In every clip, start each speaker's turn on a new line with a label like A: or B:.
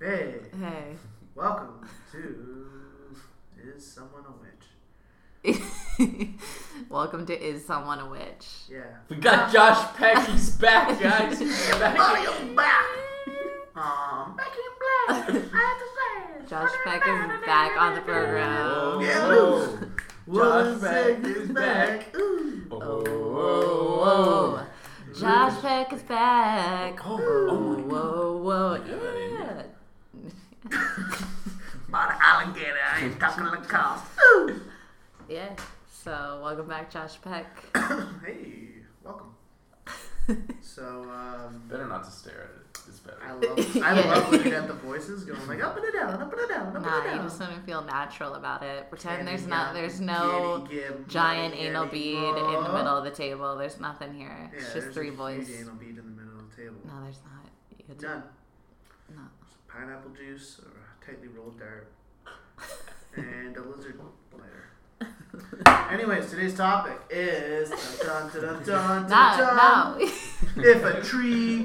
A: Hey,
B: Hey.
A: welcome to Is Someone a Witch?
B: Welcome to Is Someone a Witch?
A: Yeah.
C: We got Josh Peck. He's back, guys. He's back.
A: Mario back! Um, back in black! I have to say!
B: Josh Peck is back on the program.
A: Yeah,
C: Whoa.
A: Luke.
C: Josh
A: Josh
C: Peck
A: is back! Ooh.
C: Oh,
B: Oh, whoa, whoa. Josh Peck is back.
C: Oh, oh my God.
B: whoa, whoa.
C: Yeah, that
B: Yeah.
C: ended.
A: About an alligator, I ain't talking like cost. Ooh.
B: Yeah. So, welcome back, Josh Peck.
A: hey, welcome. So, um,
C: Better not to stare at it. It's better.
A: I love, I
B: Yeah.
A: love looking at the voices going like up and a down, up and a down, up and a
B: nah,
A: down.
B: you just want to feel natural about it. Pretend
A: Giddy
B: there's not,
A: gum,
B: there's no
A: giddy gum,
B: giant
A: giddy
B: anal
A: gum.
B: bead in the middle of the table. There's nothing here.
A: Yeah,
B: It's
A: there's
B: just three
A: a
B: boys.
A: Huge anal bead in the middle of the table.
B: No, there's not. You had to-
A: Done.
B: No.
A: Pineapple juice or a tightly rolled dart. and a lizard bladder. Anyways, today's topic is dun, dun, dun, dun, dun,
B: No,
A: dun.
B: no.
A: if a tree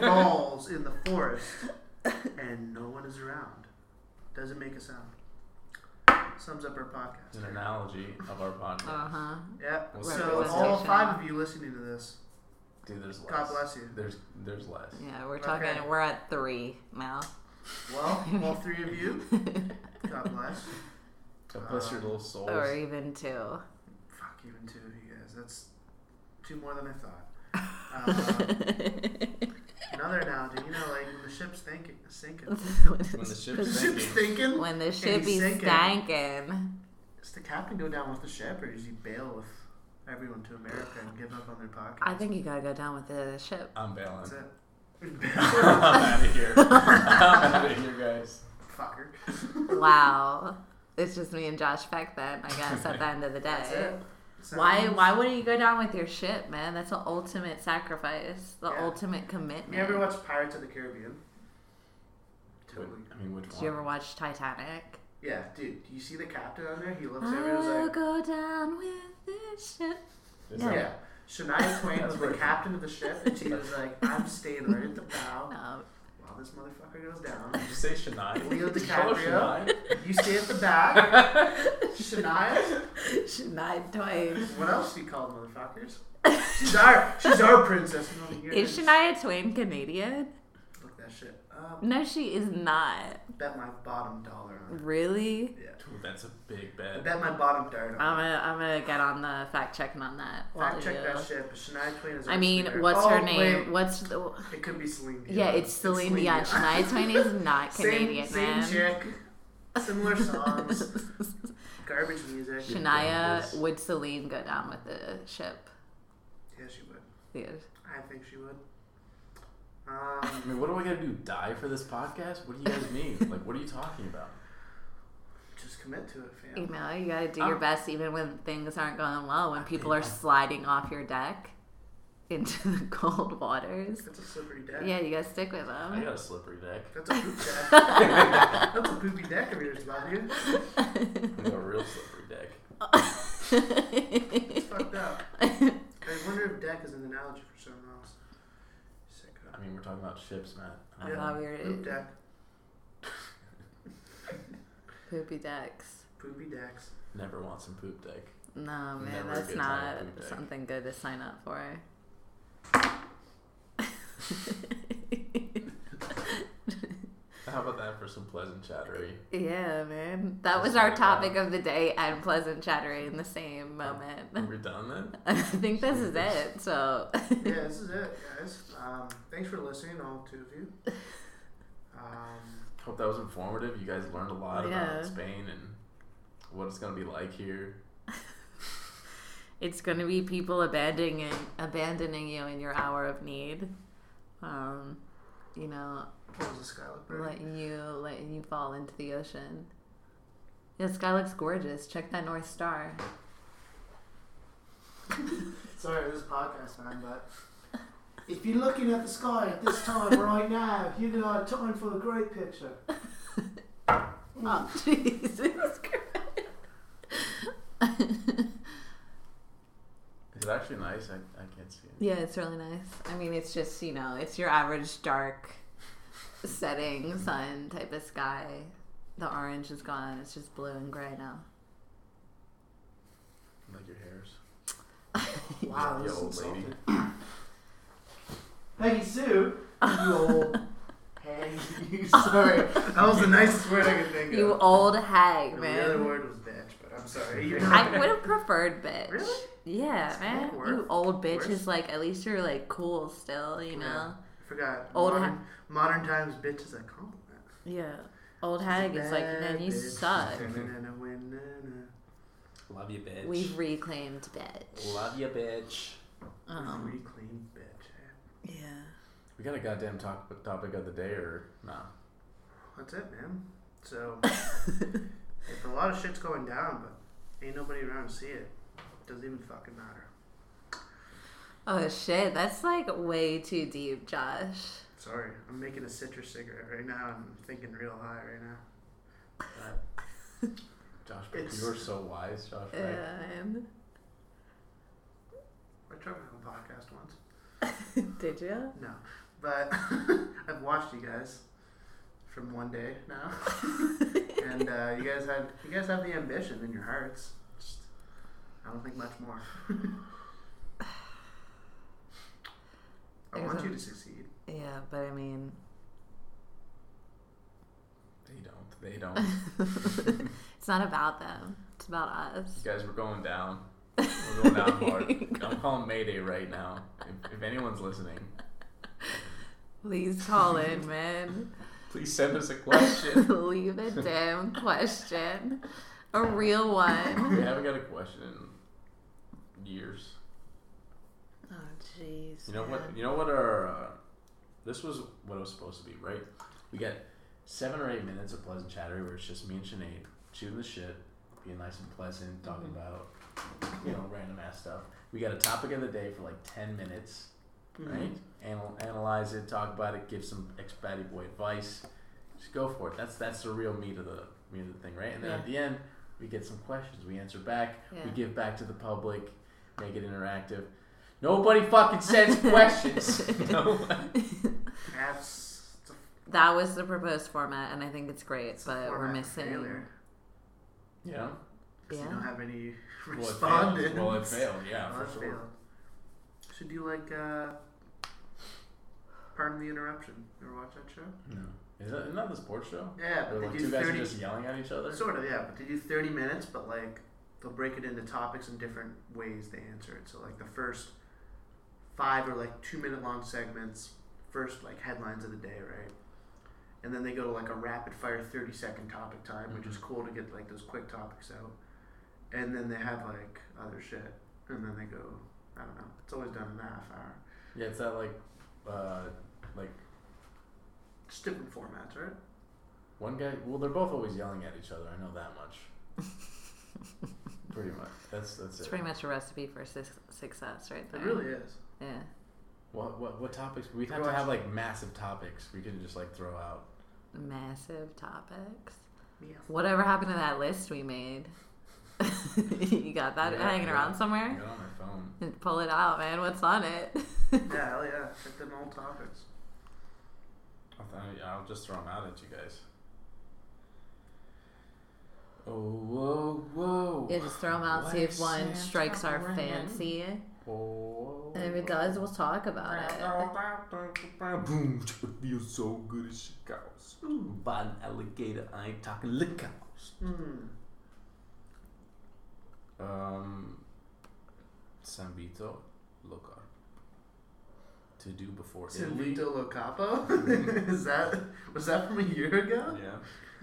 A: falls in the forest and no one is around, does it make a sound? Sums up our
C: It's
A: podcast.
C: an analogy of our podcast.
B: Uh huh.
A: Yep.
C: Well,
A: So all
B: representation.
A: five of you listening to this,
C: Dude, there's less.
A: God bless you.
C: There's there's less.
B: Yeah, we're
A: Okay.
B: talking. We're at three now.
A: Well, all three of you, God bless.
C: God bless your little souls.
B: or even two.
A: Fuck, even two of you guys. That's two more than I thought. Uh, another analogy, you know, like when the ship's thinking, sinking.
C: When the
A: The
C: ship's
A: ship's
C: sinking,
A: thinking.
B: when the
A: And
B: ship
A: he's
B: be
A: sinking.
B: stankin'.
A: Does the captain go down with the ship, or does he bail with everyone to America and give up on their podcast?
B: I think you gotta go down with the ship.
C: I'm bailing.
A: that's it.
C: I'm out of here. I'm out of here, guys.
A: Fucker.
B: Wow. It's just me and Josh Peck then, I guess, at the end of the
A: That's
B: day.
A: it. So-
B: Why why wouldn't you go down with your ship, man? That's the ultimate sacrifice. The
A: Yeah.
B: ultimate commitment.
A: You ever watch Pirates of the Caribbean?
C: Wait,
A: Totally.
C: I mean, which
B: Did
C: one?
B: you ever watch Titanic?
A: Yeah, dude. Do you see the captain on there? He looks at everyone
B: I'll
A: like,
B: go down with this ship.
C: Is
B: No.
C: that-
A: Yeah. Shania Twain
C: That's
A: was the
C: right.
A: captain of the ship, and she was like, I'm staying right at the bow
B: No,
A: while this motherfucker goes down.
C: Did you say Shania?
A: Leo
C: Did you call her
A: DiCaprio.
C: Shania?
A: You stay at the back. Shania?
B: Shania Twain.
A: What else do you call motherfuckers? She's our, she's our princess. No, you're
B: Is
A: his.
B: Shania Twain Canadian?
A: Look that shit up.
B: No, she is not.
A: Bet my bottom dollar on
B: Really?
A: it. Yeah.
C: Dude, that's a big
A: I
C: bet.
A: bet my bottom dart on
B: I'm gonna I'm gonna get on the fact checking on that.
A: it.
B: while
A: Fact check
B: you-
A: that shit, but Shania Twain is
B: I
A: our
B: mean,
A: sweetheart.
B: what's
A: Oh,
B: her name?
A: wait,
B: What's the?
A: It could be Celine Dion.
B: Yeah, it's Celine Dion. Shania Twain is not Canadian,
A: same,
B: man.
A: Same chick. Similar songs. Garbage music.
B: Shania
C: Yes.
B: would Celine go down with the ship?
A: Yeah, she would.
B: Dude.
A: I think she would.
C: I
A: Um,
C: mean, what do I gotta do? Die for this podcast? What do you guys mean? like, what are you talking about?
A: just commit to it, fam.
B: You know, you gotta do
A: Um,
B: your
C: I'm-
B: best even when things aren't going well. When people
C: think
B: are sliding off your deck into the cold waters.
A: That's a slippery deck.
B: Yeah, you gotta stick with
C: I
B: them.
C: got a slippery deck.
A: That's a poop deck. That's a poopy deck of yours, love you.
C: I got a real slippery deck.
A: It's fucked up. I wonder if deck is an analogy for something else. Sicko.
C: I mean, we're talking about ships, Matt. I
B: I
C: don't
B: thought
C: know.
B: we
A: Poop
B: were
A: deck.
B: poopy decks.
A: Poopy decks.
C: Never want some poop deck.
B: No, man,
C: Never a
B: that's
C: good time
B: not
C: to poop deck.
B: something good to sign up for.
C: How about that for some pleasant chattery?
B: yeah, man. That
C: Just
B: was our
C: like that.
B: topic of the day and pleasant chattering in the same
C: Are
B: moment.
C: we done then?
B: I think this is it. So,
A: Yeah, this is it, guys. Um, thanks for listening, all two of you. Um,
C: Hope that was informative. You guys learned a lot
B: Yeah.
C: about Spain and what it's gonna be like here.
B: it's going to be people abandoning abandoning you in your hour of need. Um, you know,
A: what was the Skylook bird?
B: letting you letting you fall into the ocean. The sky looks gorgeous. Check that north star.
A: Sorry, this is podcast time, but if you're looking at the sky at this time right now, you're gonna have time for a great picture.
B: Oh, Jesus Christ.
C: Is it actually nice? I, I can't see it.
B: yeah, it's really nice. I mean, it's just, you know, it's your average dark setting sun type of sky. The orange is gone. It's just blue and gray now.
C: Like your hairs.
A: Wow,
C: You
A: this is
C: old lady.
A: insulting. Peggy Sue, you old Peggy. Sorry, that was the nicest word I could think of.
B: You old hag,
A: the other
B: man.
A: word was bitch, but I'm sorry. You
B: I would have preferred bitch.
A: Really?
B: Yeah,
A: It's
B: man.
A: not worth-
B: You old bitch
A: worth-
B: is like at least you're like cool still, you
A: I
B: know.
A: forgot.
B: Old
A: modern, modern times, bitch is a compliment.
B: Yeah. Old hag is like,
A: Bad
B: man, you
A: bitch.
B: suck.
A: Na-na-na-na-na-na.
C: Love you, bitch.
B: We've reclaimed bitch.
C: Love you, bitch.
B: Um,
A: Reclaimed bitch.
B: yeah.
C: We got a goddamn top- topic of the day or no?
A: That's it, man. So, if a lot of shit's going down, but ain't nobody around to see it, doesn't even fucking matter.
B: Oh shit, that's like way too deep, Josh.
A: Sorry, I'm making a citrus cigarette right now, and I'm thinking real high right now.
C: Josh,
A: It's-
C: you are so wise, Josh. Right?
B: And
A: I tried my own podcast once.
B: did you?
A: No, but I've watched you guys from one day now, and uh, you guys have you guys have the ambition in your hearts. Just, I don't think much more. I
B: There's
A: want
B: a-
A: you to succeed.
B: Yeah, but I mean,
C: They don't. They don't. you
B: it's not about them. It's about us.
C: guys, we're going down. We're going down hard. I'm calling Mayday right now. If, if anyone's listening,
B: Please call in, man.
C: please send us a question.
B: Leave a damn question. A real one.
C: we haven't got a question in years.
B: Oh, jeez.
C: You know what?
B: man.
C: You know what? Our uh, this was what it was supposed to be, right? We got seven or eight minutes of pleasant chatter where it's just me and Sinead shooting the shit, being nice and pleasant, talking
B: Mhm.
C: about you know random ass stuff. We got a topic of the day for like ten minutes, right? Anal- analyze it, talk about it, give some ex batty boy advice. Just go for it. That's that's the real meat of the meat of the thing, right? And then at the end, we get some questions. We answer back.
B: Yeah.
C: We give back to the public. Make it interactive. Nobody fucking sends questions. No.
A: Abs- it's a
B: That was the proposed format, and I think it's great,
A: It's a
B: but we're
A: format for
B: missing.
A: failure.
C: Yeah.
A: 'cause you
B: Yeah.
A: don't have any
C: Well, it failed.
A: respondents.
C: Well, it failed. Yeah,
A: Well, it
C: for sure.
A: failed. Should do like uh, pardon the interruption. You ever watch that show?
C: No. Is that isn't that the sports show?
A: Yeah, but
C: Where, like
A: they
C: two
A: do
C: guys
A: thirty
C: are just yelling at each other.
A: Sort of, yeah. But they do 30 minutes, but like they'll break it into topics and different ways they answer it. So like the first five or like two minute long segments, first like headlines of the day, right? And then they go to like a rapid fire 30 second topic time, which is
C: Mhm.
A: cool to get like those quick topics out. And then they have like other shit. And then they go, I don't know. It's always done in a half hour.
C: Yeah, it's that like, uh, like
A: Just different formats, right?
C: One guy, well, they're both always yelling at each other. I know that much. pretty much. That's that's
B: It's
C: it.
B: pretty much a recipe for su- success, right there.
A: It really is.
B: Yeah.
C: What what what topics? We'd have to
A: Watch.
C: have like massive topics. We could just like throw out.
B: Massive topics.
A: Yeah.
B: Whatever happened to that list we made? you got that
C: Yeah,
B: hanging
C: yeah.
B: around
C: I
B: somewhere?
C: got on my phone.
B: Pull it out, man. What's on it?
A: Yeah, hell yeah. Like them all topics.
C: I'll, th- I'll just throw them out at you guys. Oh whoa whoa.
B: yeah, just throw them out, see if
C: Life's
B: one
C: a
B: strikes our
C: train.
B: fancy.
C: Oh, Whoa.
B: And if it does, we'll talk about it.
C: Boom! Feels so good as she goes. Ooh, by an alligator, I ain't talking lickhouse.
A: Mm.
C: Um, San Vito, Locar. To do before Italy.
A: Silvito Lo Capo?
C: Mm-hmm.
A: Is that was that from a year ago?
C: Yeah.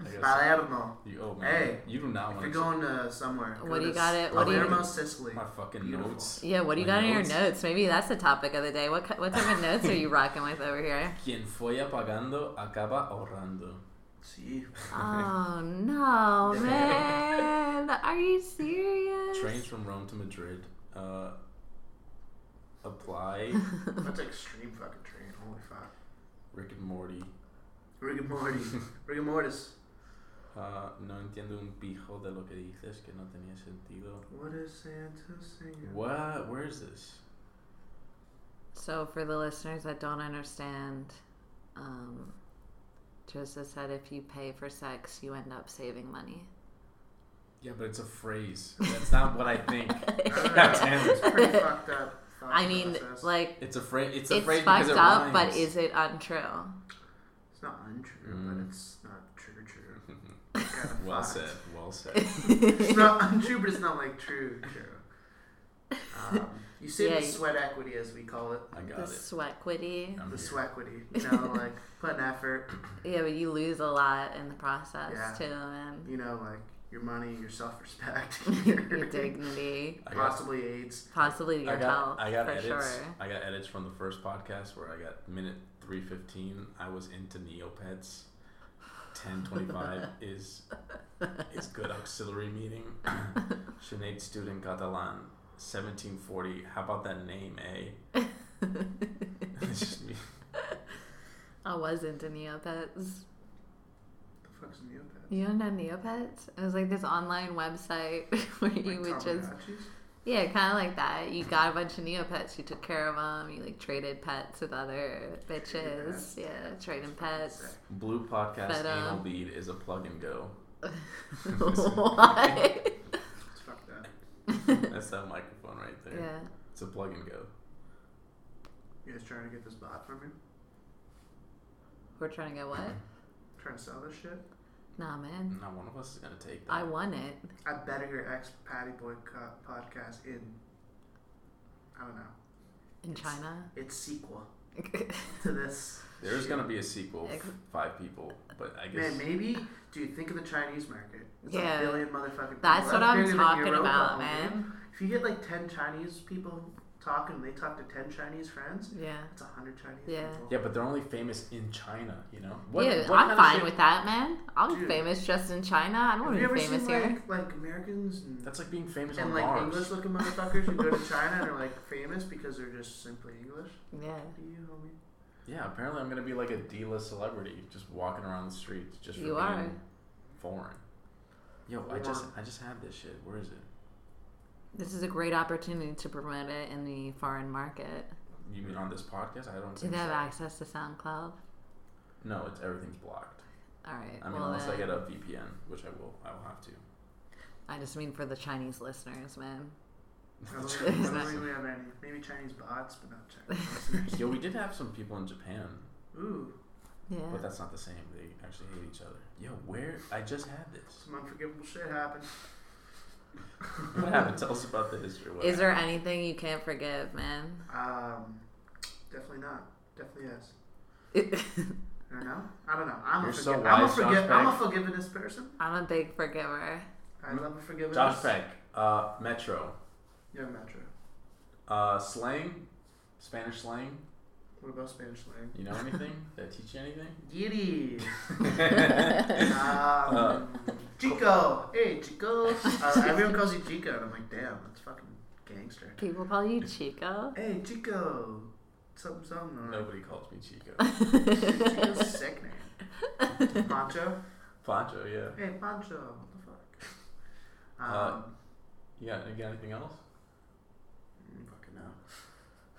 C: I guess.
A: I don't know.
C: You, oh man,
A: Hey,
C: you do not
A: If
C: want
A: you're
C: to
A: going uh, somewhere,
B: What do you got it-
A: What
B: what do you-
A: Palermo, Sicily.
C: my fucking
A: Beautiful.
C: notes.
B: Yeah, what do you
C: My
B: got in your
C: notes?
B: notes? Maybe that's the topic of the day. What ki- what type of notes are you rocking with over here?
C: Quien folla pagando acaba ahorrando.
A: See,
B: Oh no, man! Are you serious?
C: Trains from Rome to Madrid. Uh, apply
A: that's extreme fucking train. Holy fuck.
C: Rick and Morty.
A: Rick and Morty. Rick and Mortis.
C: Uh, no entiendo un pijo de lo que dices que no tenía sentido.
A: What is Santa singing?
C: What? Where is this?
B: So, for the listeners that don't understand, um, Joseph said, if you pay for sex, you end up saving money.
C: Yeah, but it's a phrase. That's not what I think.
A: Alright, it's pretty fucked up. thought
B: I mean,
A: process.
B: like,
C: It's a phrase. It's
B: it's,
C: a phrase because
B: fucked
C: it
B: up, but
C: rhymes.
B: is it untrue?
A: it's not untrue,
C: Mm.
A: but it's not true. True. It's kinda
C: well
A: fucked.
C: said. Well said.
A: It's not untrue, but it's not like true. True. Um, you save
B: Yeah,
A: the
B: you-
A: sweat equity, as we call it,
C: I got
B: the
C: it.
B: sweatquity.
C: I'm
A: the
C: here.
A: sweat equity. You know, like put an effort.
B: Yeah, but you lose a lot in the process,
A: Yeah.
B: too, man.
A: You know, like your money, your self-respect,
B: Your dignity,
C: I got
A: possibly AIDS.
B: possibly your
C: I got,
B: health,
C: I got
B: for
C: edits.
B: sure.
C: I got edits from the first podcast where I got minute three fifteen. I was into Neopets. Ten twenty five is is good auxiliary meeting. Sinead student Catalan. Seventeen forty. How about that name, eh? it's just me.
B: I was into Neopets.
A: The fuck's a Neopet?
B: You don't know Neopets? It was like this online website where you would
A: Like
B: just
A: Tamagotchis?
B: yeah, kind of like that. You got a bunch of Neopets, you took care of them, you like traded pets with other bitches, yeah, trading pets.
A: Sick.
C: Blue podcast
B: But, uh,
C: anal lead is a plug and go.
B: Why?
A: It's fucked up.
C: That's that microphone right there.
B: yeah,
C: It's a plug and go.
A: You guys trying to get this bot from him?
B: we're trying to get what?
A: Trying to sell this shit?
B: Nah, man,
C: Not one of us is gonna take that.
B: I won it.
A: I better hear ex Patty Boy co- podcast in. I don't know.
B: In China,
A: It's sequel to this.
C: There's
A: shit.
C: gonna be a sequel, f-
B: Ex-
C: five people, but I guess
A: Man, maybe, dude, think of the Chinese market. It's
B: Yeah.
A: a billion motherfucking people.
B: that's what I'm
A: bigger than
B: talking
A: Europa,
B: about,
A: homie.
B: man.
A: If you get like 10 Chinese people talking, they talk to 10 Chinese friends,
B: Yeah,
A: that's 100 Chinese
B: Yeah.
A: people.
C: yeah, but they're only famous in China, you know. What,
B: yeah,
C: what
B: I'm
C: kind of
B: fine
C: shit-
B: with that, man. I'm
A: Dude.
B: famous just in China. I don't
A: Have
B: want
A: you
B: to
A: ever
B: be famous
A: seen
B: here.
A: like, like Americans and,
C: That's like being famous
A: and
C: on
A: like
C: Mars.
A: English looking motherfuckers who go to China and are like famous because they're just simply English?
B: yeah.
A: Do you, homie?
C: Yeah, apparently I'm gonna be like a D-list celebrity, just walking around the streets, just for
B: You
C: being
B: are.
C: foreign. Yo, I just I just had this shit. Where is it?
B: This is a great opportunity to promote it in the foreign market.
C: You mean on this podcast? I don't
B: Do
C: think
B: they have
C: so.
B: access to SoundCloud?
C: No, it's everything's blocked.
B: All right.
C: I mean,
B: well,
C: unless I
B: then,
C: get a VPN, which I will. I will have to.
B: I just mean for the Chinese listeners, man.
A: I don't
B: Chinese
A: think- I don't
B: listeners.
A: think we have any. Maybe Chinese bots, but not Chinese listeners.
C: Yo, we did have some people in Japan,
A: Ooh,
B: Yeah.
C: but that's not the same. They actually hate each other. Yo, where? I just had this.
A: some unforgivable shit happened.
C: What happened? Tell us about the history. What
B: Is there anything you can't forgive, man?
A: Um, definitely not. Definitely yes. I
B: I'm
A: don't know. I don't know. I'm
C: You're
A: a forgi-
C: so
A: I'm a
C: wise, Josh
A: forgi- I'm a
C: Peck.
A: forgiveness person.
B: a big forgiver.
A: I love a forgiveness.
C: Mm-hmm. Josh Peck, uh, Metro,
A: Young Metro.
C: uh, slang, Spanish slang.
A: What about Spanish slang?
C: You know anything? Did I teach you
A: Giddy.
C: anything? Uh,
A: Um, Chico. Hey, Chico. Uh, everyone calls you Chico, and I'm like, damn, that's fucking gangster.
B: People call you Chico.
A: Hey, Chico. Something, something.
B: Mm.
A: or-
C: Nobody calls me Chico.
A: Chico's a sick name. Pancho.
C: Pancho, yeah.
A: Hey, Pancho. What the fuck?
C: Uh,
A: Um,
C: You got, you got anything else?
A: mm, fucking no.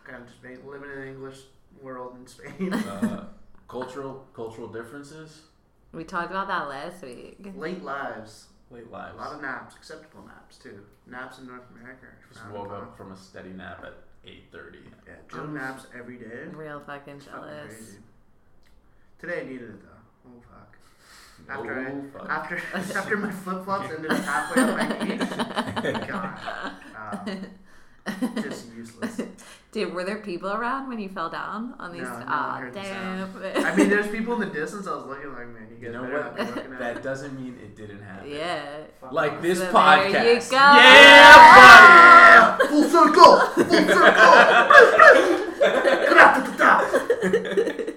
A: Kind of just being, living in an English world in Spain.
C: Uh, cultural cultural differences.
B: We talked about that last week.
A: Late lives.
C: Late
A: A
C: lives.
A: lot of naps, acceptable naps too. Naps in North America. are
C: Just
A: frowned
C: woke
A: upon.
C: up from a steady nap at eight thirty.
A: Yeah, Joe
B: I'm
A: naps every day.
B: Real fucking
A: It's fucking
B: jealous.
A: crazy. Today I needed it though. Oh fuck. After I-
C: fuck.
A: After after my flip flops ended up halfway up my knee. God. Um, just useless.
B: Dude, were there people around when you fell down on these?
A: No, no one
B: Aw,
A: heard the
B: damn.
A: I mean, there's people in the distance. I was looking like, man, you guys
C: You know
A: better
C: what?
A: not be looking at
C: that doesn't mean it didn't happen.
B: yeah.
A: Fuck
C: Like
A: off.
C: this
B: So
C: podcast.
B: there you go.
C: Yeah,
A: Yeah, Ah! full circle,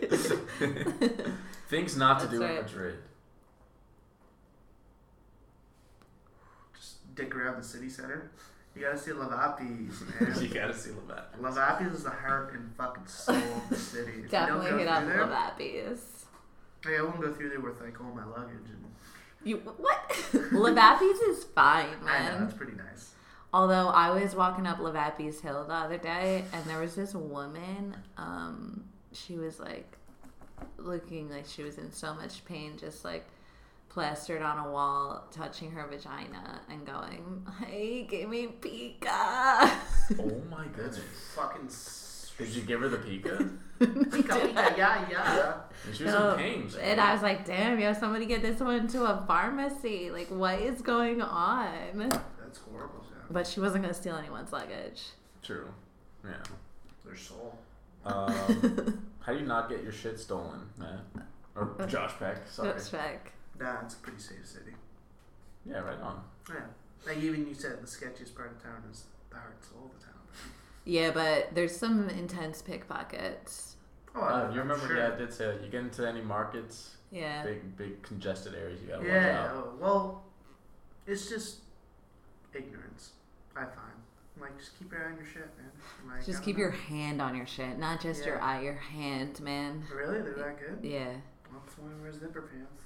A: full circle.
C: buddy. Things not to
B: That's
C: do in
B: right.
C: Madrid.
A: Just dick around the city center. You gotta see Lavapis, man.
C: you gotta see Levat.
A: Lavapis is the heart and fucking soul of the city. If you don't
B: Definitely
A: go
B: hit up
A: through there,
B: Lavappies.
A: Hey, I won't go through there with like all my luggage. And,
B: You what? Lavappies is fine,
A: I know
B: man.
A: that's pretty nice.
B: Although I was walking up Lavappies Hill the other day, and there was this woman. Um, she was like looking like she was in so much pain, just like plastered on a wall, touching her vagina and going, "Hey, give me pika."
C: Oh my
A: That's
C: goodness.
A: fucking. s-
C: Did you give her the pika?
A: Pika, pika, yeah, yeah.
C: And she was
B: No.
C: in pain. She-
B: And I was like, "Damn, yo, somebody get this one to a pharmacy. Like, what is going on?"
A: That's horrible. Sound.
B: But she wasn't gonna steal anyone's luggage.
C: True. Yeah.
A: Their soul.
C: Um, how do you not get your shit stolen, man? Or
B: Uh,
C: Josh Peck, sorry.
B: Oops, Shrek.
A: That's a pretty safe city.
C: Yeah, right on.
A: Yeah. Like even you said, the sketchiest part of town is the heart and soul of the town.
B: Yeah, but there's some intense pickpockets.
A: Oh,
C: Uh,
A: I'm
C: you remember?
A: sure.
C: Yeah, I did say that. You get into any markets,
B: Yeah.
C: big, big congested areas, you gotta
A: Yeah,
C: watch out.
A: oh, well, it's just ignorance. I find. I'm like, just keep your eye on your shit, man. I'm Like, I
B: Just
A: don't
B: keep
A: know.
B: your hand on your shit, not just your
A: Yeah.
B: eye, your hand, man.
A: Really, they're that good.
B: Yeah.
A: Well, that's why I wear zipper pants.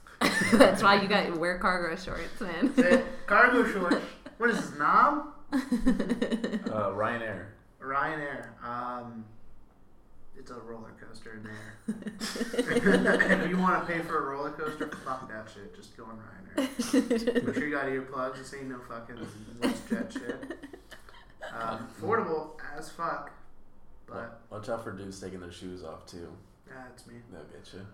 B: That's why you got wear cargo shorts, man.
A: That's it. Cargo shorts. What is this, Nom?
C: Uh, Ryanair.
A: Ryanair. Um, it's a roller coaster in there. if you want to pay for a roller coaster, fuck that shit. Just go on Ryanair. Make sure you got earplugs. This ain't no fucking West Jet shit. Um, affordable as fuck, but
C: Watch out for dudes taking their shoes off too.
A: that's me.
C: They'll get you.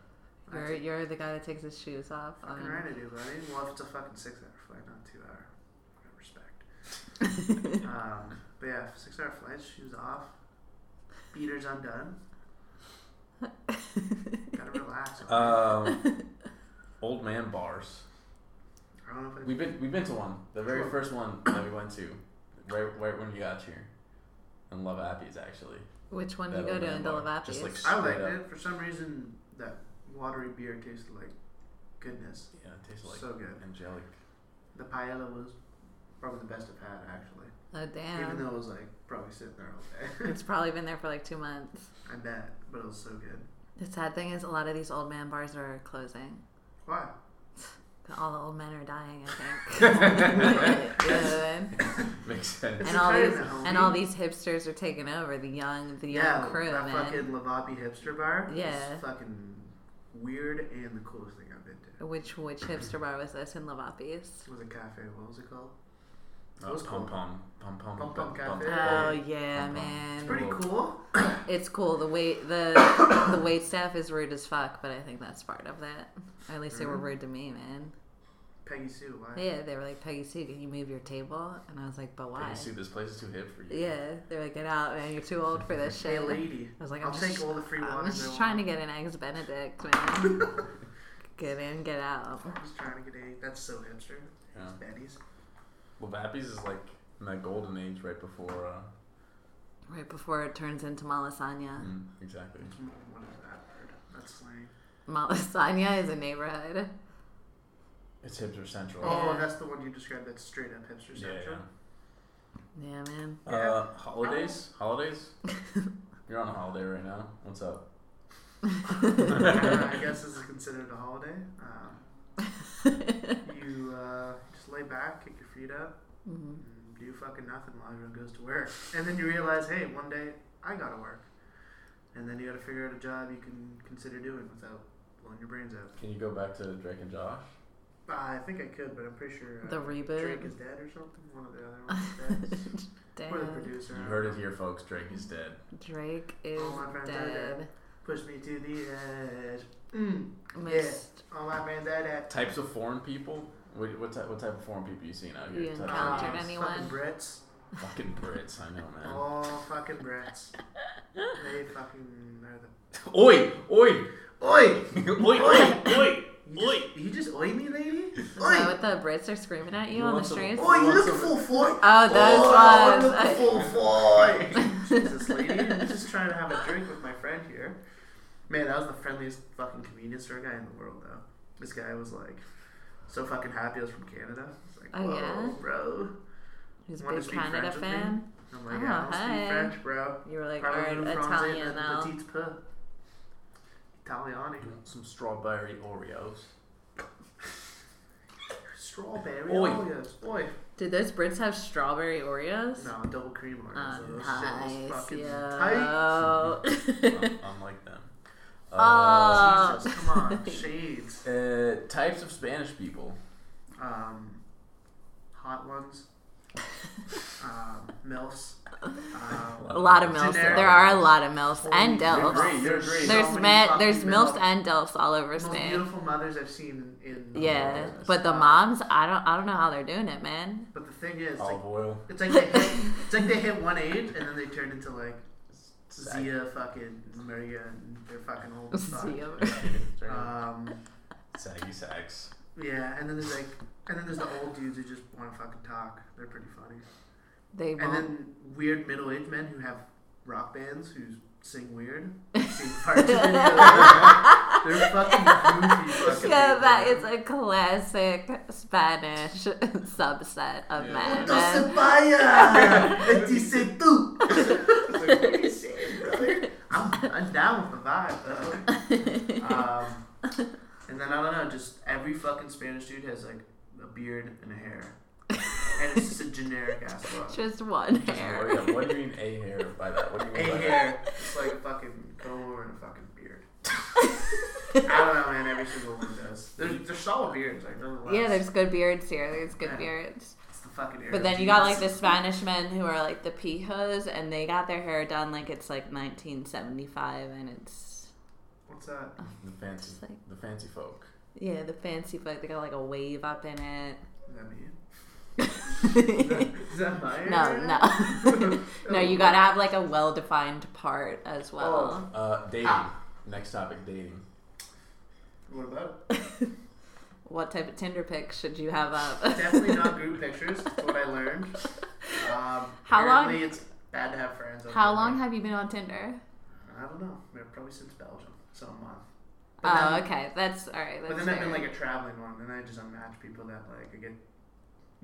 B: you're, you're the guy that takes his shoes off.
A: Fucking
B: on-
A: right I do, buddy. Well, if it's a fucking six-hour flight, not two-hour, I respect. um, but yeah, six-hour flights, shoes off, beaters undone. Gotta relax. okay?
C: Um, old man bars.
A: I don't know if I
C: We've been we've been to one. The very first one that we went to, right right when you got here, in Love Appies actually.
B: Which one do
C: That
B: you go
C: old
B: to
C: man
B: in
C: bar.
B: Delavapi?
C: Just like
A: I
C: straight
A: liked
C: up.
A: it for some reason. That watery beer tasted like goodness.
C: Yeah, it tasted like
A: so good.
C: angelic.
A: The paella was probably the best I've had actually.
B: oh,
A: Even
B: damn.
A: though it was like probably sitting there all day.
B: It's probably been there for like two months.
A: I bet, but it was so good.
B: The sad thing is, a lot of these old man bars are closing.
A: Why?
B: All the old men are dying, I think. You know what I mean?
C: Makes sense.
A: It's
B: and all these
A: retirement home.
B: and all these hipsters are taking over the young the young
A: yeah,
B: crew,
A: that
B: man.
A: fucking Lavapi hipster bar. was
B: Yeah.
A: fucking weird and the coolest thing I've been to.
B: Which which hipster bar was this in Lavapis?
A: It was a cafe. What was it called?
C: Oh, pom pom pom pom
A: Pom Pom
C: pom pom.
A: Cafe.
B: Oh
A: Yeah.
B: yeah,
C: Pom-pom.
A: It's
B: man.
A: pretty cool.
B: It's cool. The wait the the wait staff is rude as fuck, but I think that's part of that. Or at least they were
A: Mhm.
B: rude to me, man.
A: Peggy Sue. Why?
B: Yeah, they were like, Peggy Sue, can you move your table? And I was like, But why?
C: Peggy Sue, this place is too hip for you.
B: Yeah. They're like, Get out, man, you're too old for this
A: Hey
B: shit.
A: lady.
B: I was like,
A: I'll
B: I'm
A: take
B: just,
A: all the free water.
B: I'm just trying to get an eggs benedict, man. get in, get out.
A: I'm just trying to get a. That's so hipster.
C: Yeah.
A: Betty's.
C: Well, Vappies is like in that golden age right before. Uh,
B: Right before it turns into Malasanya.
C: mm, exactly.
A: What is that word? That's slang.
B: Malasanya is a neighborhood.
C: It's hipster central.
A: Oh,
B: Yeah.
A: that's the one you described. That's straight up hipster
C: yeah.
A: central.
B: Yeah, man.
C: yeah. Uh, holidays.
B: Oh.
C: Holidays. You're on a holiday right now. What's up?
A: Uh, I guess this is considered a holiday. Um, you uh, just lay back, kick your feet up,
B: Mhm.
A: and do fucking nothing while everyone goes to work. And then you realize, hey, one day I gotta work. And then you gotta figure out a job you can consider doing without blowing your brains out.
C: Can you go back to Drake and Josh?
A: Uh, I think I could, but I'm pretty sure uh,
B: The reboot?
A: Drake is dead or something. One of the other ones is dead. or the
B: Damn.
A: producer.
C: You heard it here, folks. Drake is dead.
B: Drake is
A: All my friends are
B: dead.
A: dead. Push me to the edge. Mm.
B: Miss
A: All my friends are dead.
C: Types of foreign people. What, what, type, what type of foreign people you seen out here?
B: You
C: Types of
A: Ah,
B: encountered
C: Asians.
B: any- anyone?
A: Fucking Brits.
C: Fucking Brits. I know, man.
A: All fucking brats. They fucking are the.
C: Oi! Oi!
A: Oi!
C: Oi! Oi! Oi!
A: You
C: Oi!
A: just, you just oi me, lady?
B: is that
A: Oi!
B: what the Brits are screaming at you
C: You
B: on the
C: want some-
B: streets?
A: Oi, you
C: What's
A: look
C: up?
A: a full foy!
B: Oh, those
A: oh,
B: ones.
A: I look a full foy! Jesus, lady. I'm just trying to have a drink with my friend here. Man, that was the friendliest fucking convenience store guy in the world, though. This guy was like so fucking happy I was from Canada. It's like,
B: Oh,
A: whoa,
B: yeah?
A: bro.
B: Who's a
A: Wanna
B: big
A: speak
B: Canada
A: French with me?
B: fan?
A: I'm like,
B: Oh,
A: yeah, I don't
B: hi.
A: speak French, bro.
B: You were like,
A: Parlo
B: alright,
A: in Francais,
B: Italian
A: la-
B: now.
A: petite peu. Italiani.
C: You want Some strawberry Oreos.
A: Strawberry
C: Oi.
A: Oreos. Oi.
B: Did those Brits have strawberry Oreos?
A: No, double cream Oreos.
B: Oh,
A: so this shit was
B: nice,
A: fucking
B: yo.
A: tight.
C: I'm, I'm like them.
B: Oh.
A: Jesus, come on, shades.
C: Uh, types of Spanish people.
A: Um, hot ones. Um, milfs. Um,
B: A lot of
A: It's in
B: milfs.
A: there.
B: There are a lot of milfs and
A: holy
C: You're
B: delfs.
C: great, you're great.
A: so
B: There's
A: many
B: ma-
A: fucking
B: there's milfs
A: milfs.
B: and delfs all over
A: most
B: Spain.
A: beautiful mothers I've seen in. in
B: Yeah,
C: Yes.
B: but the moms, I don't I don't know how they're doing it, man.
A: But the thing is, like,
C: Olive oil.
A: it's like they hit, it's like they hit one age and then they turn into like Zia, fucking Maria, and they're fucking old as fuck.
B: See 'em.
A: Um,
C: Saggy sex.
A: yeah, and then there's like, and then there's the old dudes who just want to fucking talk. They're pretty funny.
B: They
A: And
B: won't.
A: then weird middle-aged men who have rock bands who sing weird. sing parts of it. They're fucking goofy. Fucking
B: Yeah,
A: people.
B: that is a classic Spanish subset of
C: Yeah.
B: madness.
A: No se vaya. Let's say tú. Like, what are you saying, brother? I'm, I'm down with the vibe, though. Um, and then I don't know, just every fucking Spanish dude has like a beard and a hair, and it's just a generic ass look.
B: Just one
C: Just
B: hair.
C: what, yeah, what do you mean a hair by that? What do you
A: A
C: mean by that?
A: hair, it's like fucking comb over and a fucking beard. I don't know, man. Every single one does. There's, there's solid beards, like nonetheless.
B: Yeah, there's good beards here. There's good
A: Yeah.
B: beards.
A: It's the fucking.
B: But then you got like the Spanish men who are like the pijos, and they got their hair done like it's like 1975, and it's
A: What's that?
C: The fancy,
B: just like
C: the fancy folk.
B: yeah, the fancy folk. They got like a wave up in it.
A: Is that me? Is
B: no,
A: that, is that my hair?
B: no, no. You gotta have like a well-defined part as well.
C: Uh, dating.
A: Ah.
C: Next topic, dating.
A: What about? it?
B: What type of Tinder pic should you have up?
A: Definitely not group pictures. That's what I learned. Um,
B: How long-
A: apparently It's bad to have friends. on
B: How
A: Tinder.
B: long have you been on Tinder?
A: I don't know. I mean, Probably since Belgium, so a month. But
B: Oh,
A: then-
B: okay. That's all right. That's
A: But then
B: fair.
A: I've been like a traveling one, and I just unmatch people that like I get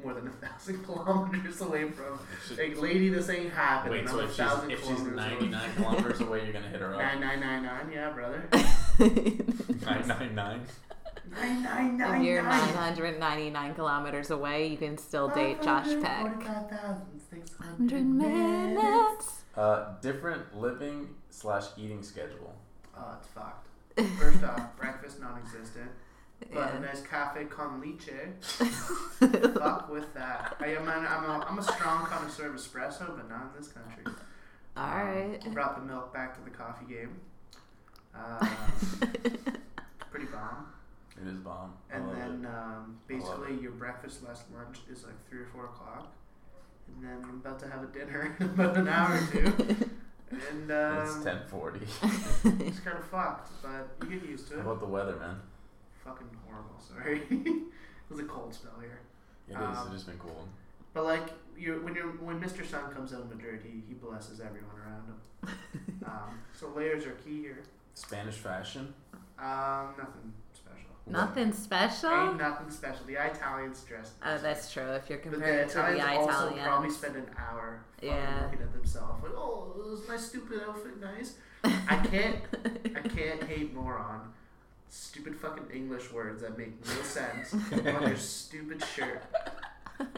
A: more than a thousand kilometers away from. Like, lady, this ain't happening. I'm
C: Wait, so
A: a
C: if she's,
A: thousand
C: if she's
A: kilometers away.
C: 99 kilometers away, you're going to hit her up?
A: Nine nine nine nine, yeah, brother.
C: 999?
A: Nine nine nine
B: if you're
A: nine.
B: 999 kilometers away, you can still date Josh Peck.
A: 100
B: 100 minutes.
C: Uh, different living slash eating schedule.
A: Oh, it's fucked. First off, breakfast non-existent. But a
B: Yeah.
A: nice cafe con leche. Fuck with that. I am an, I'm, a, I'm a strong connoisseur of espresso, but not in this country.
B: All
A: Um,
B: right.
A: Brought the milk back to the coffee game. Um, pretty bomb.
C: It is bomb. Oh, I
A: And
C: love
A: then um, basically
C: it.
A: your breakfast less lunch is like three or four o'clock. And then I'm about to have a dinner in about an hour or two. And
C: it.
A: um,
C: It's 1040.
A: it's kind of fucked, but you get used to
C: How
A: it.
C: about the weather, man?
A: Fucking horrible. Sorry, it was a cold spell here.
C: It is.
A: Um,
C: it's just been cold.
A: But like you, when you when Mr. Sun comes out of Madrid, he, he blesses everyone around him. Um, so layers are key here.
C: Spanish fashion?
A: Um, nothing special.
B: Nothing
A: Ain't
B: special.
A: nothing special. The Italians dress.
B: Oh,
A: nice.
B: that's true. If you're
A: But the
B: comparing to the
A: Italians also probably
B: Italians,
A: spend an hour fucking
B: Yeah.
A: looking at themselves like, oh, is my stupid outfit nice? I can't, I can't hate moron. Stupid fucking English words that make no sense on your stupid shirt.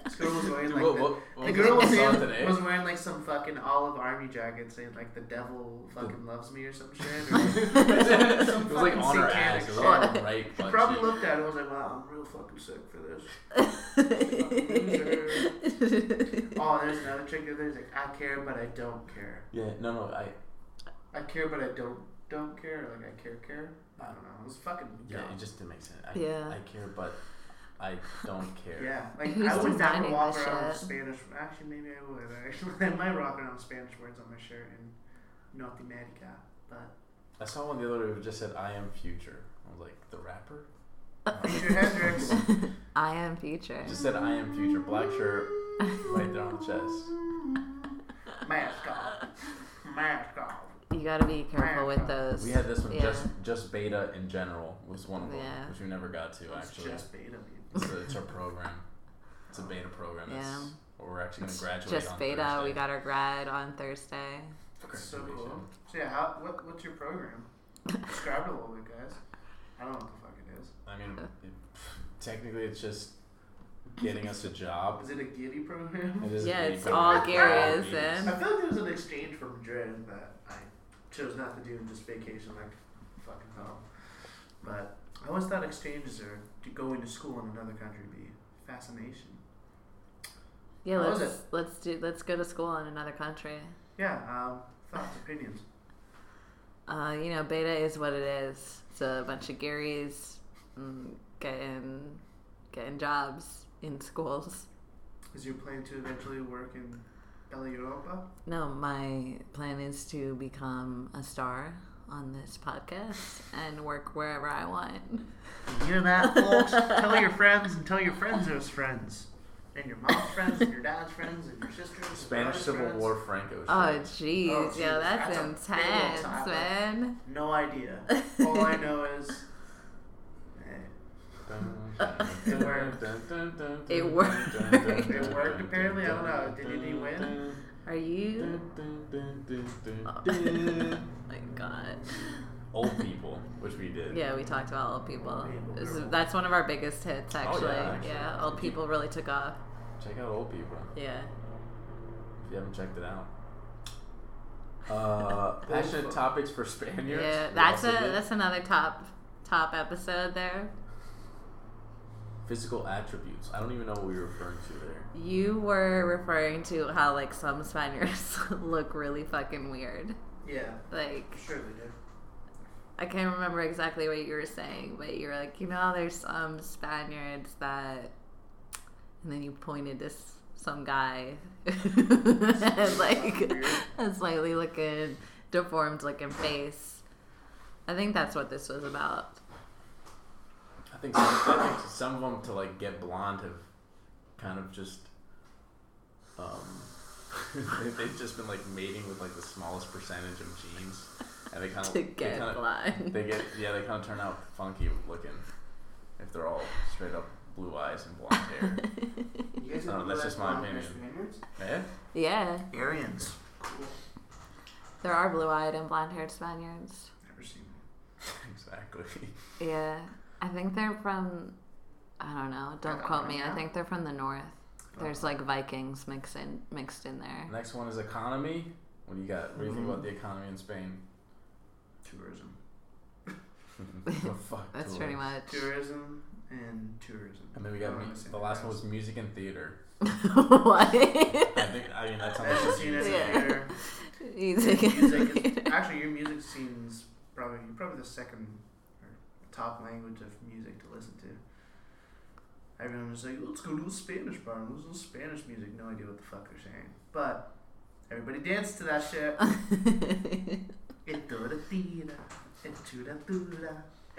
A: This girl was wearing
C: Dude,
A: like
C: what-
A: the-
C: what- eh? what
A: the
C: was
A: girl was,
C: I saw
A: in-
C: today?
A: was wearing like some fucking olive army jacket saying like the devil fucking loves me or some shit. Or,
C: it was like
A: fucking
C: on her
A: satanic
C: ass. It
A: shit.
C: was on her right
A: she
C: butt
A: probably
C: cheek.
A: looked at it and was like, wow, I'm real fucking sick for this. Oh, there's another trick in there. It's like, I care, but I don't care.
C: Yeah, no, no. I,
A: I care, but I don't don't care. Like I care, care. I don't know. It was fucking
C: yeah,
A: dumb.
C: it just didn't make sense. I,
B: Yeah.
C: I care, but I don't care.
A: Yeah, like
B: Who's
A: I would never
B: designing
A: walk
B: this
A: around with
B: shit?
A: Spanish. Actually, maybe I would. Actually, I might walk around with Spanish words on my shirt and North America. But
C: I saw one the other day who just said, I am future. I was like, the rapper?
A: Future Hendrix.
B: I am future.
C: just said, I am future. Black shirt, right there on the chest.
A: Mask off. Mask off.
B: You gotta be careful with those.
C: We had this one,
B: Yeah.
C: just just beta in general was one of them,
B: Yeah.
C: which we never got to
A: It's
C: actually.
A: just beta. dude.
C: It's, a, it's our program. It's a beta program. That's
B: Yeah.
C: what we're actually going to graduate
B: Just
C: on
B: beta.
C: Thursday
B: We got our grad on Thursday.
C: for
A: It's so
C: graduation.
A: cool. So yeah, how, what, what's your program? Describe it a little bit, guys. I don't know what the fuck it is.
C: I mean, it, technically, it's just getting us a job.
A: Is it a giddy program?
C: It is a
B: Yeah,
C: beta
B: it's
C: program.
B: all Gary is
A: I
B: in.
A: feel like there was an exchange from Madrid that I chose not to do and just vacation. Like, fucking hell. But I always thought exchanges or to going to school in another country would be fascination.
B: Yeah,
A: How is
B: let's let's do let's go to school in another country.
A: Yeah, um, thoughts, opinions.
B: Uh, you know, beta is what it is. It's a bunch of Garys mm, getting getting jobs in schools.
A: Is your plan to eventually work in Bella Europa?
B: No, my plan is to become a star on this podcast and work wherever I want.
A: You hear that, folks? tell your friends and tell your friends there's friends. And your mom's friends, and your dad's friends, and your sister's and
C: Spanish
A: brother's
C: Civil
A: friends.
C: War Franco.
B: Oh,
C: shit.
B: jeez,
A: Oh, jeez,
B: yo, that's,
A: that's a big old
B: intense,
A: topic.
B: man.
A: No idea. All Oh, I know is. eh,
C: Dun, dun,
A: It
C: dun,
A: worked.
C: dun, dun, dun,
B: It
C: dun,
B: worked.
C: dun, dun, dun,
A: It worked,
C: dun,
A: apparently. I
C: dun,
A: don't know.
C: dun,
A: Did- did he win?
C: dun,
B: Are you?
C: dun, dun, dun, dun, dun,
B: Oh.
C: dun.
B: my God.
C: Old people, which we did.
B: Yeah, we talked about old people.
A: Old people. Oh,
B: This is- That's one of our biggest hits, actually.
C: actually.
B: yeah, old people really took off.
C: Check out old people
B: Yeah.
C: if you haven't checked it out. Uh, passionate topics for Spaniards.
B: Yeah,
C: We
B: that's a
C: also did.
B: that's another top top episode there.
C: physical attributes. I don't even know what we were referring to there.
B: You were referring to how like some Spaniards look really fucking weird.
A: Yeah,
B: Like
A: sure they did.
B: I can't remember exactly what you were saying, but you were like, you know, there's some Spaniards that, and then you pointed to s- some guy, like a slightly looking, deformed looking face. I think that's what this was about.
C: I think some, I think some of them to like get blonde have kind of just um they- they've just been like mating with like the smallest percentage of genes, and Oh, they kind of
B: To
C: they,
B: get
C: kind of,
B: blind.
C: they get yeah they kind of turn out funky looking if they're all straight up blue eyes and blonde hair.
A: You guys
C: I don't know, Oh, that's just my opinion. Eh?
B: yeah,
A: Arians. Cool.
B: there are blue-eyed and blonde-haired Spaniards.
A: Never seen them.
C: exactly.
B: Yeah, I think they're from. I don't know. Don't
A: don't
B: quote
A: know. Oh.
B: me. I think they're from the north. There's like Vikings mixed in mixed in there.
C: Next one is economy. What do you got? What do you think
A: Mhm.
C: about the economy in Spain?
A: Tourism.
C: The fuck
B: That's
C: to
B: pretty
C: it.
B: much.
A: Tourism and tourism.
C: And then we got
A: Oh,
C: mu-
A: I'm
C: the
A: saying
C: last
A: that.
C: one was music and theater.
B: what?
C: I think I mean that's how
A: That's the
C: much
A: scene in
B: Yeah.
A: theater.
B: He's like-
A: music is, actually your music scene's probably probably the second or top language of music to listen to. Everyone was like, let's go to a Spanish bar and listen to Spanish music. No idea what the fuck they're saying, but everybody danced to that shit. It do da dee da, it do da do da,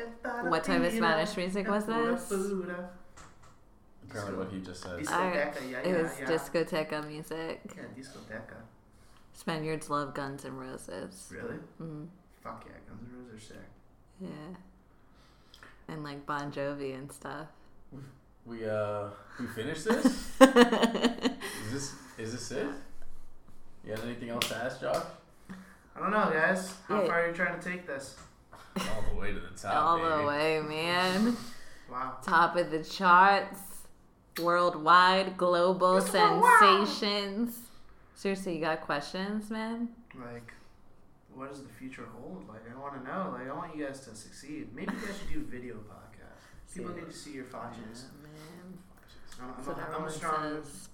A: it da da
B: what type of
A: dee da,
B: Spanish music
A: it
B: was
A: do da
B: this?
A: do da.
C: Apparently, what he just said.
B: I-
A: Discoteca, yeah,
B: It was
A: yeah, yeah.
B: discoteca music.
A: yeah, discoteca.
B: Spaniards love Guns and Roses.
A: Really?
B: Mm,
A: Fuck yeah, Guns N' Roses are sick.
B: yeah. And like Bon Jovi and stuff.
C: We uh, we finished this. is this is this it? You got anything else to ask, Josh?
A: I don't know, guys. How
B: Yeah.
A: far are you trying to take this?
C: All the way to the top.
B: All
C: baby.
B: the way, man.
A: Wow.
B: Top of the charts. Worldwide, global
A: It's worldwide.
B: sensations. Seriously, you got questions, man?
A: Like, what does the future hold? Like, I want to know. Like, I want you guys to succeed. Maybe you guys should do video podcasts. People need to see your faches.
B: Yeah, man.
A: I'm, I'm,
B: So
A: a- I'm
B: everyone
A: a strong
B: says.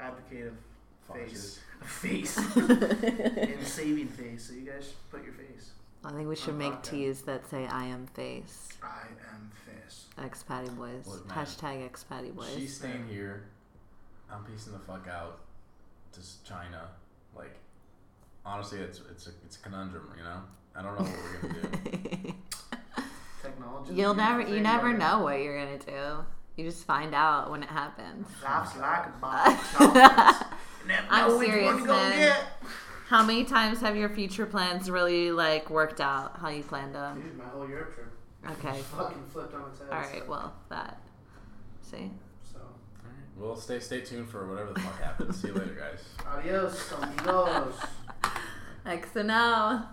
A: advocate of
C: Foxes.
A: a face and saving face. So you guys should put your face.
B: I think we should
A: Oh,
B: make
A: okay.
B: teas that say "I am face."
A: I am face.
B: Expatty boys.
C: Look, man.
B: Hashtag expatty boys.
C: She's staying here. I'm piecing the fuck out to s- China. Like, honestly, it's it's a it's a conundrum. You know, I don't know what we're gonna do.
A: Technology.
B: You'll never, you never
A: Thing,
B: know what you're gonna do. You just find out when it happens.
A: but Laughs like a box. of chocolates. You never
B: I'm
A: know which one
B: serious,
A: to go
B: man.
A: get.
B: How many times have your future plans really like worked out? How you planned them?
A: Dude, my whole Europe trip
B: Okay.
A: fucking flipped on its head.
B: All
A: so-
B: right. Well, that. See.
A: So,
C: Well, stay stay tuned for whatever the fuck happens. See you later, guys.
A: adios, amigos.
B: X and O.